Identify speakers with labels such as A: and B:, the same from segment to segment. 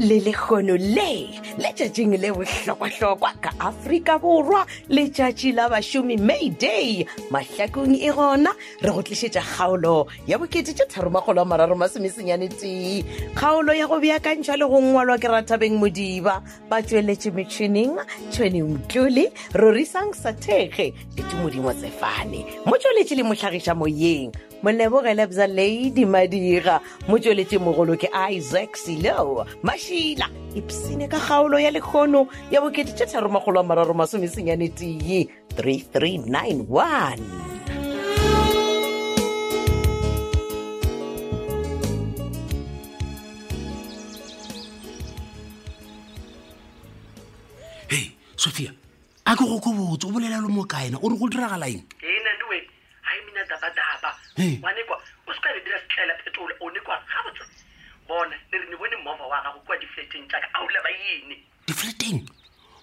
A: lekgono le letšatšing le bohlokwahlokwa ka aforika borwa letšatši la bašomi may day mahlakong e gona re go tlišetša kgaolo ya bokete tše tharomagolo a mararo masomesenyane tee kgaolo ya go beakantšhwa le go ngwalwa ke ratabeng modiba ba tsweletše metšhineng tšhweni mtlole rorisang sathege le tumodimo tsefane mo tsweletše le mohlagiša moyeng molebogele bza lady madira motsweletše mogolo ke isaac selo mašila ipsene ka kgaolo ya lekgono ya bokete tše tharomagolo a mararo masomesenyane tee 3391
B: hei sophia a ke go kobotse o bolela le mokaena o re go diragala eng
C: ena ndi wena hayi mina dabadaba
B: Hey.
C: wanekwa o seka le dira setlaela phetola o nekwa gabotse bona le re ne bone mmova wa gago kwa difleteng tsaka a ola ba ene
B: di-flateng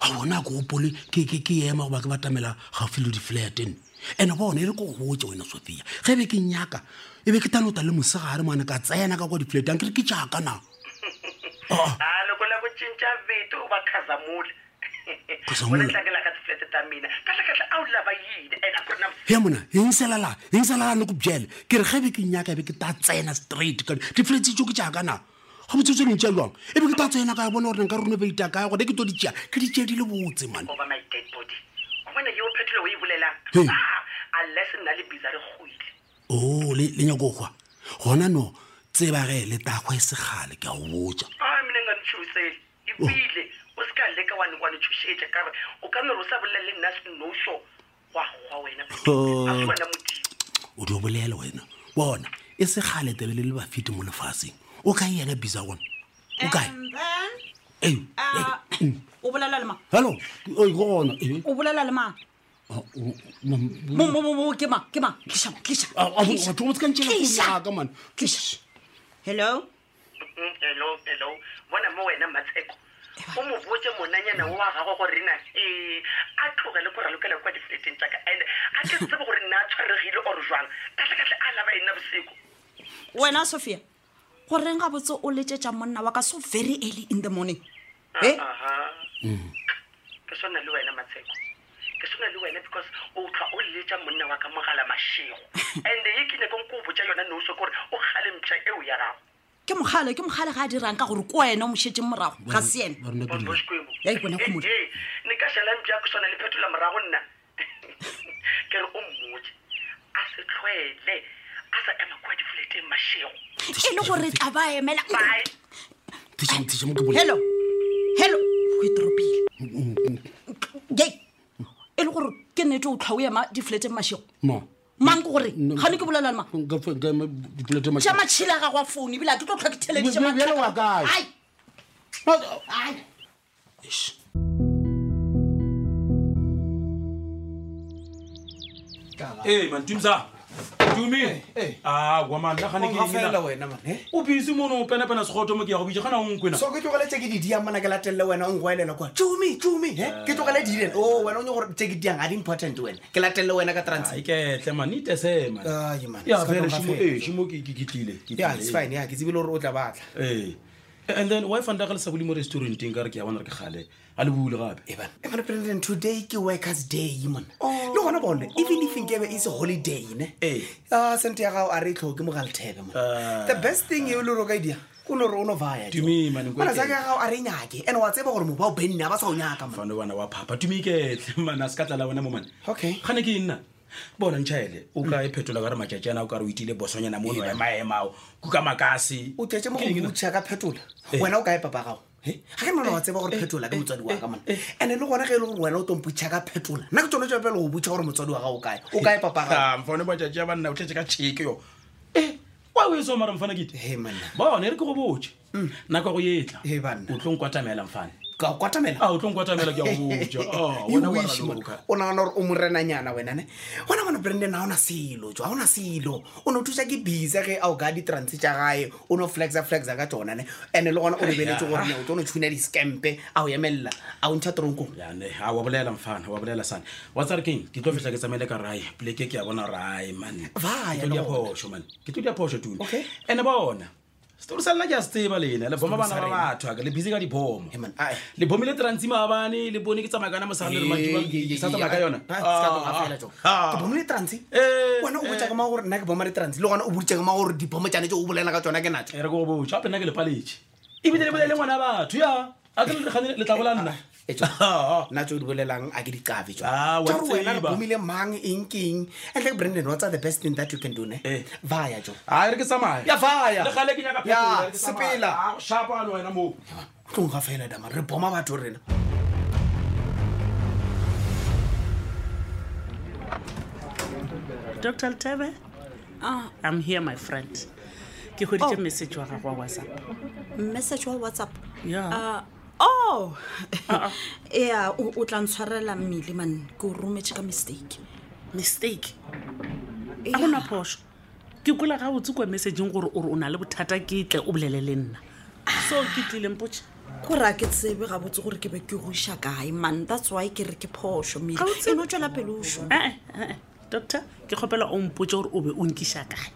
B: ga bona a ke opole ke ke- ke ema goba ke batamela gaufi le di-flaten and-e bona e re ko go botse wena sophia ge be ke nyaka e be ke tanota le mosegare moane ka tsena ka kwa di-flat ang ke re ke jaaka na Ah, ah,
C: a loko la ku cinca vito u va khazamula
B: Khazamula.
C: ona tlangela ka tiflete ta mina kahlekahle a ola va yini and a ku ri na
B: he mona eng selala eng selala le ko bjele ke re ge be ke nyaka e be ke ta tsena straight ka di-flat tso ke jaaka na ga botse tse dintse lwang e be ke ta tsena ka bona gore nanka rone beita kaya gone ke to ditšea ke ditšea di le botse mane
C: over my dead body o bona yeo phetola o e bolelang
B: Hey.
C: Ah, unless nna le bisa re goile
B: o le le nyako gwa gona no tsebage le tagwe segale ke a go botja
C: a mina nga ni tshosele ebile o seka leka wa ne wa ne tshosetsa ka re o ka nore o sa bolela le nna senoso wa goa wena a se
B: Oh.
C: wena modimo
B: o di o bolela wena bona e segale tebe le le bafete mo lefatsheng o kae yena bisa gona o kae Ei,
D: uh,
B: ei,
D: o bolela le mang
B: hello oi go gona Eh,
D: o bolela le mang
B: ah, o- mam-
D: Mo- mo- mo- mo, ke mang ke mang Tliša mo, tliša,
B: Mm. Ah, ah,
D: tliša,
B: batho ba tsekantšhela founu
D: tliša,
B: ya ka, man.
D: tliša. hello
C: Mm, hello hello bona mo wena matsheko o mo botse monanyana o wa gago gore na ee a tlogele go ralokela kwa difleteng tsaka and a ke tsebe gore nna a tshwaregile or jwang katlekatle a laba ena boseko
D: wena sophia goreng ga botse o letsetsa monna wa ka so very early in the morning e
C: Aha. ke swana le wena matsheko ke swana le wena because o tlhwa o letsa monna wa ka mogala mashego and ye ke nyakong ko o botsa yona noso kore o gale mpša eo ya gago
D: ke mogale ke mogale ga a dirang ka gore ke wena o mošetseng morago ga se
B: Ba
D: ena
B: rona pele.
C: bonoškwebo
D: Ei, bona ke motho.
C: Eh, ne ka šala mpša ke swana le phetola morago nna ke re o mmotse a se tlhwele a sa ema kwa difoleteng mashego
D: e le gore tla ba emela
C: Bye.
B: Thetša- thetša mo ke bole-
D: hello hello o etropile ye e le gore ke nete o tlha o ema difleteng mašego
B: Ma,
D: mang ke gore
B: No.
D: ga ne ke bolela le mang
B: nka fe- nka ema dipolete ma-
D: tša matšhila ga go a founu ebile a ke tlo tlhoa ke theledie
B: Bjale- bjale wa kae? Ah, ah, eish.
E: ee mantumsa tumi a kwamane la gane
F: gafaela
E: ke
F: wena mane
E: o busy mono o penapena segoto mo ke ya go bitse gana o nkwena
F: so ke tlogeletse ke di diamana ke latelele wena o nkgoelela kwa tsomi tsomi he
E: Eh.
F: ke tlogele dilen o Oh, wena o nye gore tse ke diang ga di important wena ke latelele wena ka
E: Ah,
F: transit
E: iketle mane itesema
F: Ai, man,
E: ya
F: ska
E: fela
F: tloga
E: šimo
F: fela.
E: ee šimo ke ke- ke tlile ke
F: ya it's
E: tlile.
F: fine ya ke tsebile gore o tla batla
E: ee Eh. and then wi fanda ga le sa bole mo restauranteng ka re e ke ya bona re ke gale a le buile
F: E
E: gape
F: ebane president today ke workers day mona le gona bone even if nkebe e se holiday ne
E: Oh. Eh. Ah.
F: a sente ya gago a re e tlhoke mo galetebe mona the best thing e le gore o ka e dia ko le gore o no vaya
E: Tumi, man, nko e
F: sake ya gago a re e nyake and wa tseba gore moba o benna ba sa o nyaka mona
E: fane bana wa phapa tumi iketle mane a se ka tlala wena mo mane
F: Okay.
E: gane ke nna bona ntšhaele o ka e phetola ka re matšatšana o ka re o itile bosonyana mono emaemao kuka makase
F: o tetse mo
E: Ke eng na?
F: gobutšha ka phetola
E: Eh.
F: wena o kae papa gago ga ke nona wa tseba gore phetola ke motswadi
E: eh,
F: wa ka mona and-e le gona ge e le gore wena o tomputšha ka phetola nna ke tsone tswa pele go butšha gore motswadi wa gago o kae o kae papa gago
E: mfane batšatši a banna o tletse ka tšheke yo e wa o e so mara mfana kete
F: He, manna.
E: bone re ke go botse nako ya go etla
F: He, banna.
E: o tlo nkwatamela mfane
F: ka o kwatamela
E: a Ah, o tlo nkwatamela ke a go botsa Ah,
F: You
E: wena wa
F: wish, man.
E: raloka.
F: o nagana gore o morenanyana wenane gona bona branden ga ona selo jo ga ona selo o ne o thusa ke bisa ge a o ka di-transe tša gae o ne o flexa flexa ka tsonane and-e le gona o lebeletse gore ne o tlo no tshuna di-scampe a o emelela a o ntšha toronkong
E: Yane, a wa bolela mfana wa bolela sane wa tsa re keng ke tlo fitlha ke tsamaele ka rae poleke ke ya bona rae man
F: Vaya,
E: Ke
F: le
E: tlo dia
F: bona.
E: phoso man ke tlo dia phoso tumi
F: Okay.
E: ande bona story sa lena ke a se tseba lena le boma bana ba batho aka le busy ka dibomo
F: Hey, man, aye.
E: le bome le trantsi maabane le bone ke tsamaya kana mosagale le
F: Ee,
E: maduasa tsamaya ka yona
F: Ah, ska tloga fela, Jo.
E: Ah,
F: ke
E: ah.
F: bone le transe
E: Eh,
F: wena o botsa ka ma gore nna ke boma le transe le gona o boditse ka ma gore dibomo tsane tse o bolela ka tsona ke natso
E: E re ke go botsa gape nna ke le paletse ebile le bole le ngwana wa batho ya a ke legane le tla bola nna
F: Eh, Jo.
E: Ah, ah.
F: nna tse o di bolelang a ke dicafe jo
E: Ah, wa
F: tsa gore wena re
E: tseba.
F: bomile mang eng ke eng and like brandon what's the best thing that you can do ne
E: Eh.
F: vaya jo
E: a re ke tsamaya
F: ya vaya
E: le gale ke
F: ya
E: nyaka phetola, re ke tsamaya.
F: sepela
E: Ah, sharp a le wena moo
F: tlonga fela dama re boma batho rena
G: dr ltabe
D: Ah.
G: i'm here my friend ke goditse message wa gago wa whatsapp
D: message wa whatsapp
G: Yeah.
D: Ah, oh ya o o tla ntshwarela mmele man ke o rometse ka mistake
G: mistake a gona phoso ke kola ga botse kwa messageng gore ore o na le bothata ke tle o bolele le nna so ke tlileng potse
D: gore a ke tsebe gabotse gore ke be ke goša kae man that's why ke re ke phoso mmele
G: Ga o tsebe-
D: e no tswela peloso
G: ee ee Eh, doctor ke kgopela o mpotse gore o be o nkiša kae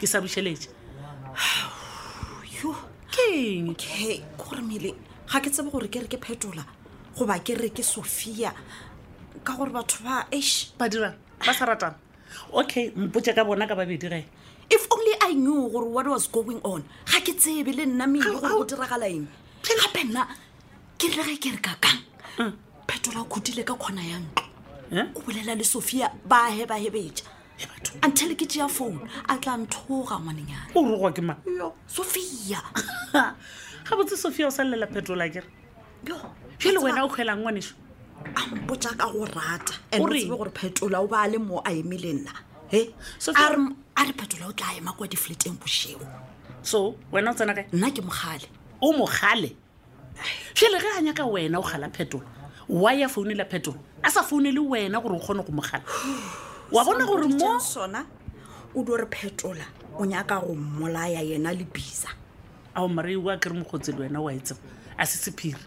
G: ke sa bušheletse
D: yo
G: ke eng
D: okay kore mmele ga ke tsebe gore ke re ke phetola goba ke re ke sophia ka gore batho ba ash
G: ba dirang ba sa ratang okay mpotse ka bona ka babedi ge
D: if only i knew gore what was going on ga ke tsebe le nna mmele gore go diragala eng gape nna ke rile ge ke re kakang phetola o khutile ka kgona ya ntlo
G: Eh?
D: o bolela le sophia ba hebahebetša until ke tea phone a tla nthoga ngwanenyana
G: o rogwa ke mang
D: yo sophia
G: ga botse sophia o sa llela phetola kere
D: yo
G: pele wena o kgwelang ngwaneso
D: a mpotsa ka go rata and
G: O
D: o
G: reng?
D: tsebe gore phetola o ba a le mo a eme le nna he
G: Sophia-
D: a re- a re phetola o tla ema kwa difleteng bošego
G: so wena o tsena kae
D: nna ke mogale
G: o mogale pele ge a nyaka wena o kgala phetola wa ya founela phetola a sa founele wena gore o kgone go mogala wa bona gore mo
D: Mpoditseng sona o di re phetola o nyaka go mmolaya yena le bisa
G: ao marei wa kere mogotse le wena wa etseba a se sephiri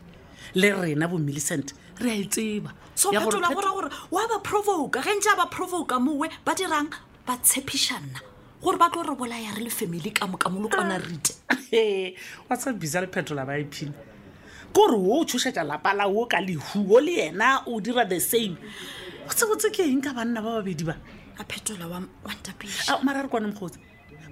G: le rena bo millicent re a e tseba
D: so
G: Ya gore
D: phetola
G: Pheto-
D: gora gore wa ba provoka ge ntse a ba provoka mowe ba dirang ba tshepiša nna gore ba tlo re bolaya re le family ka moka molokwana rite
G: He, wa tsa bisa le phetola ba ephine ke gore wo o tshosetša lapa la wo ka lehuo le yena o dira the same o tsebotse ke eng ka banna ba babedi ba
D: a phetola wa ntapisa
G: A, mara re kwane mogotse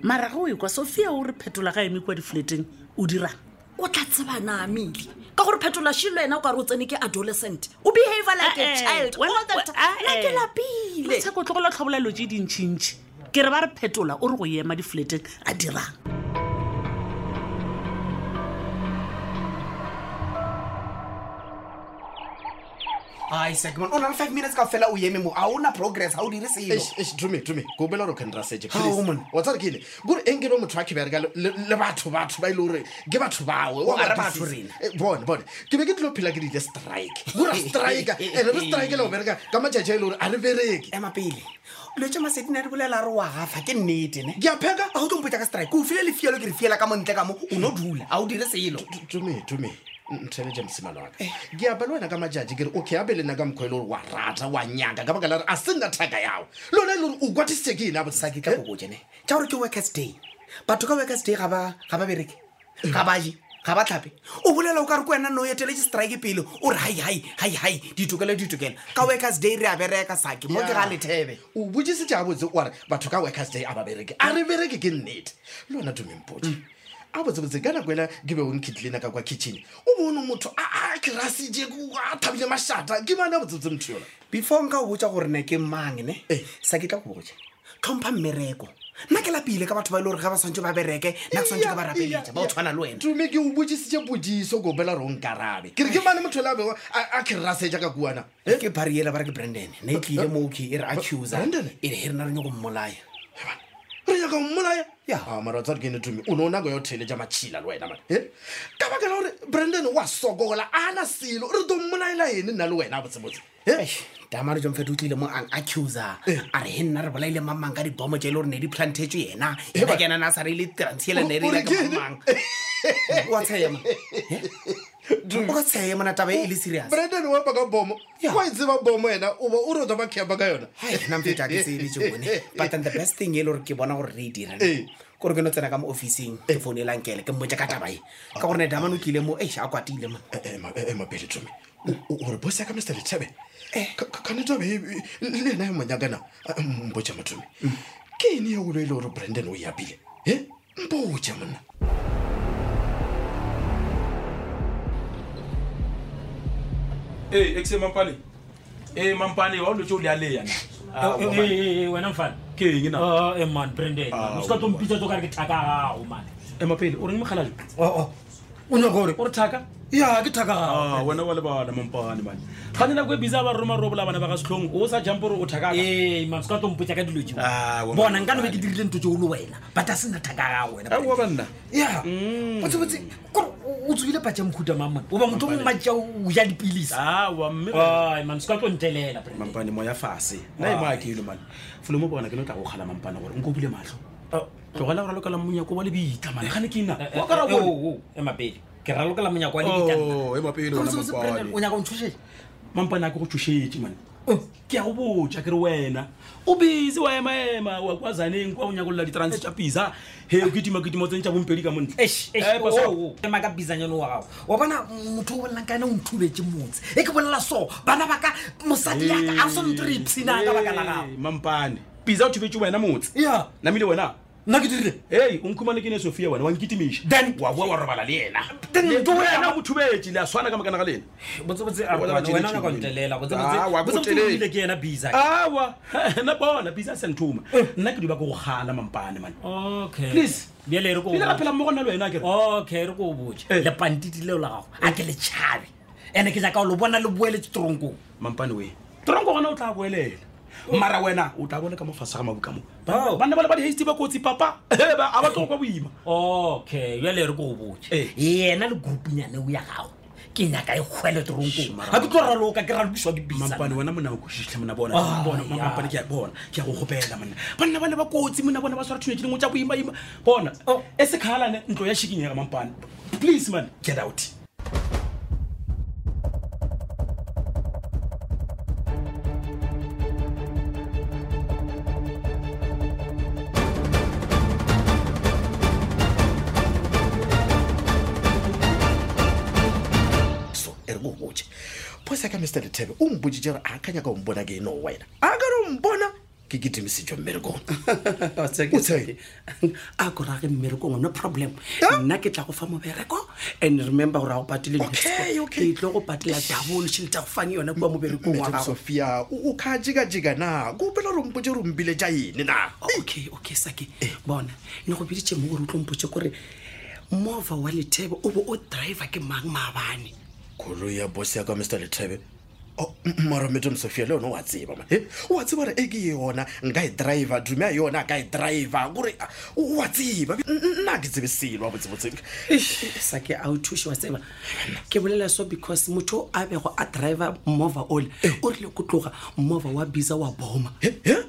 G: mara ga o ekwa sophia o re phetola ga eme kwa difleteng o dirang
D: o tla tseba na mmele ka gore phetola shilo ena o ka re o tsene ke adolescent o behavior like a child all the time. Nna ke lapile
G: tsheko tlogola tlhobolelo tse dintšhintšhi ke re ba re phetola o re go ema difleteng a dirang
F: ai sekman o na le Oh, five minutes ka fela o eme mo a ona progress ga o dire selo
H: dume dume ke opela gore o can raseje
F: Hao, man.
H: wa tsare kele kore eng ke no motho a ke bereka le- le le batho batho ba e le gore ke batho bawe
F: O
H: Wa
F: ara
H: ba
F: batho
H: disisi.
F: rena.
H: Eh, bone bone ke be ke tlilo phela ke dile strike kora strike ande re strikele go bereka ka matšatši a e le gore a re bereke
F: ema pele letse masedi na di bolela re wa gafa ke nnete ne
H: ke a pheka
F: a go tlo mpotsa ka strike o file lefielo ke re fiela ka montle ka mo o no dula a o dire selo Eh.
H: dume dume ntheleje mosimane waka ke apa le wena ka majaji ke re okay abe le nna ka mokgwa e le gore wa rata wa nyaka ka baka la gore a se nna thaka yago lona e le gore o kwatisitsekene a Eh?
F: sa ke tla
H: botsa
F: kobojene tja gore ke workers day batho ka workers day ga ba ga ba bereke ga ba je ga ba tlhape o bolela o ka re ko wena no eteletse strike pele o re hai hai hai hai ditokelo ditokelo ka workers day re a bereka sake mo ke ga lethebe
H: o botsisitse a botse ore batho ka workers day a ba bereke a re bereke ke nnete le yona dumempodi a botsebotse ka nako ela ke be o nkhitlilena ka kwa kitchen o bone motho a kerasije a thabile mašata ke mane a botsebotse motho yona
F: before nka o botsa gore ne ke mang ne
H: Eh.
F: sa ke tla ko boja tlhompha mmereko nna ke lapile ka batho ba e le gore ga ba tshwanetse ba bereke nna ke tshwanetse ke ba rapeletša ba o tshwana le wena
H: tume ke o botsisitse podiso ko bela rong karabe ke re ke mane motho le a bego a- a keraseja ka kuana Eh?
F: ke pariela ba re ke branden ne e tlile mooke e re accusa
H: Brandon?
F: e re he re na re nyako mmolaya
H: re nyaka mmolaya
F: Ya.
H: maratsa re kene tumi o ne o nako ya o theletša matšhila le wena mane Eh? ka baka la gore brandon wa sokola a na selo re to mmolaela ene nna le wena a botsebotse Eh?
F: damare jomfete o tlile mo ang accusa
E: Eh.
F: a re he nna re bolaile mamang ka dibomo tse e le gore ne di plantetswe yena
E: Eh,
F: ena ke enana a sa re ile transela ne re
H: O- o
F: ile
H: re
F: ka
H: keng?
F: mamang oa tshema o ka tshema na taba e e le serius
H: brandon wa baka bomo
F: Ya.
H: wa itseba bomo ena o ba o re o taba khepa ka yona
F: nampeta ke sebetse bone but then the best thing e le gore ke bona gore re e dirane
H: Eh.
F: kore ke no tsena ka mo officing ke foune lankele ke mmotse ka tabae ka gore ne damane o kile mo eish a kwatile mo
B: Eh, mapeditome gore bos yaka mr lethebe Eh. kanetabe le ena e monyakana mpotsa matome ke ene ya olo e le gore brandon o e apile e mpotsa monna
E: ee exe mampane ee mampane wa lotse o le a leyana
G: E, wena mfana
E: ke eng na
G: Eh, man branden o seka tompitsa tso kare ke thaka ya gago man
E: emapele Eh, o reng mokgalajo
G: Oh, o nyaka gore
E: o re thaka
G: ya ke thaka gago
E: Ah, wena wa lebala mampane mane ga ne nako e bisa ba roma robola bana ba ka setlhong o sa jampo gore o thaka
G: ee E, man seka tompotsa ka dilo tseo
E: Ah, wa
G: Eh. bona nka nobe ke dirile nto tseo le wena but a sena thaka ya gago wena
E: aowa Eh, banna
G: ya o tsebotse kore o- o tsogile patsa mokhuta mamane oba motho mo matsa o ja dipilisi
E: awa mme
G: man seka tlo ntelela Brandon.
E: mampane moya fase na e moa kelo mane folo mo bona ke no tla go kgala mampane gore nko bule matlho tlogela go ralokala monyako wa lebitla mane gane ke na
G: Oh. Eh, eh,
E: wa kara
G: eh, oh, oh, emapele ke ralokela monyako
E: Oh,
G: wa lebitana
E: emapele
G: o nyaka o ntshosee
E: mampane a ke go tshosetse mane ke ya go botja kere wena o busy wa emaema wa kwa zaneng kwa o nyakolola ditranse tša pisa he o ketimaketimo tsene tša bompedi ka montle Eh, pasa.
G: ema ka pisanyano wa gago wa bona motho o bolelang ka ene o nthubetse motse e ke bolela so bana ba ka mosadi yaka a sontrepsena ka baka la gago
E: Eh, mampane pisa o thubetse wena motse
G: ya
E: namile wena
G: nna ke dirile
E: ei o nkhumane ke ne sofia wena wa nkitimiša
G: Then-
E: wa boa wa robala le ena
G: Then
E: Le-
G: ntho wena-
E: wena o mothubetse le a swana ka makana ka lena
G: botsebotse
E: Wena ba
G: wena o
E: jele
G: nyaka
E: tšhomile.
G: ntelela
E: Ah, wa botelele.
G: botsebotseile ke yena bisa
E: awa Eh. na bona bisa senthuma nna ke duba ko go gala mampane mane
G: Oh.
E: Please.
G: bjele re ko
E: pele ra phela mmogo nna le wena a kere
G: okay re ko o boje lepantiti leo la gago a ke le tšhabe ande ke jaka o le bona le boeletse toronkong
E: mampane we toronko gona o tla boelela mara wena o tla bona ka mofase ga mabuka mo
G: Oh.
E: banna ba le ba di-hasti ba kotsi papa a ba tlogo kwa boima
G: okay jale re ko o botse
E: Eh.
G: yena le groupenyaneo ya gago ke nyaka e kgwele toronkong ga ke tlo raloka ke ralokiswa
E: mampane
G: dibisa
E: wena mona o košitlhe mona bona
G: Ah,
E: Bona, ma-
G: ya.
E: mampane ke a bona ke a go gopela monna banna ba le ba kotsi mona bona ba swara thunetse dingwe tsa boimaima bona
G: Oh.
E: e se kgalane ntlo ya shiking ya ka mampane please man get out
B: so e re ko botse bos yaka mr lethebe o mpodite gore a kanyaka o mbona ke eno wena a ka re o mbona ke ketimisitswe mmerekong O tsebe.
F: a korage mmerekong one problem
G: Ah.
F: nna ke tla go fa mobereko and remember gore ga go patile next
B: Okay,
F: week.
B: okay.
F: ke tlo go patela double šhele tsa go fang yone kwa moberekong wa
B: Madam
G: Eh.
F: gago
B: sophia o o kha jikajika na kopela gore mpotse gore o mpile ja ene na
F: okay okay sake
G: Eh.
F: bona ne go biditše mo gore o tlompotse kore mova wa lethebe o bo o driver ke mang maabane
B: koloi ya bos yaka mr lethebe Oh, m- mara madam sophia le yone o a tseba ma e o a tseba gore e ke yona nka e driver dume a yona a ka e driver kore ah, o o a tseba N- n- nna ha ke tsebe selo a botsebotse
F: sake a o thuše wa tseba ke bolela so because motho o a bego a driver mova ole o rile ko tloga mova wa bisa wa boma
B: Eh, eh?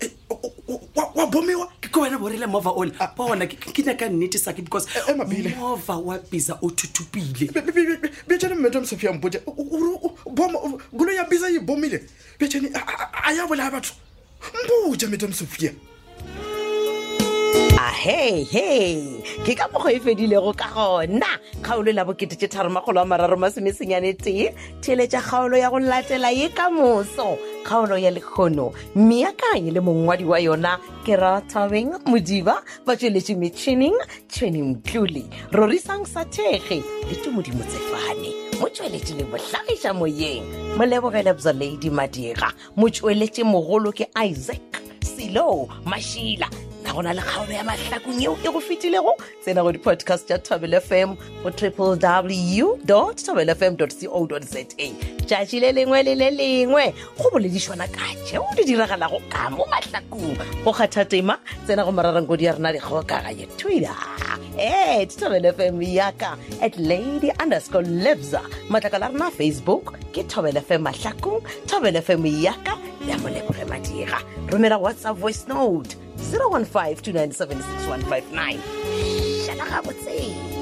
B: Eh, o- o- wa wa bomiwa
F: ke ko wena borile mova ole bona ke ke nyaka nnete sake because
B: Eh, eh, Mabile.
F: mova wa bisa o thuthupile
B: Be- be- be- be- bjatšane madam sophia mpote goloi ya bisa e bomile bjatšane a ya bolaya batho mpoja madam sophia
A: ahei he Ah, ke ka mokgwa e fedilego ka gona kgaolo la boketee tharomagolo a mararo masomesenyane tee theletša kgaolo ya go latela ye ka moso kgaolo ya lekgono meakanye le mongwadi wa yona ke ratabeng modiba ba tsweletše metšhining tšhweni mtlole rorisang sa thege le tumodimo tsefane mo tsweletše le bohlagiša moyeng molebogele bzoladi madira motsweletše mogolo ke isaac selo mašila na go na le kgaolo ya mahlakong eo e go fetilego tsena go di-podcast tša tobel fm go triple w tobel fm co za tšatši le lengwe le le lengwe go boledišwana ka tšeo di diragalago ka mo mahlakong go kgatha tema tsena go mararanko di ya rena dikgokaganye twitter at tobel fm yaka at lady underscore lebza matlakala a rena facebook ke tobel fm mahlakong tobel fm yaka ya molebore madira romela whatsapp voice note 015 297 6159 šala gabotsee